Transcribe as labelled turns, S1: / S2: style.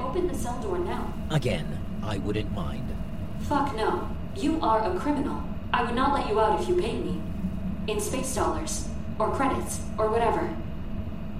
S1: Open the cell door now.
S2: Again, I wouldn't mind.
S1: Fuck no. You are a criminal. I would not let you out if you paid me. In space dollars, or credits, or whatever.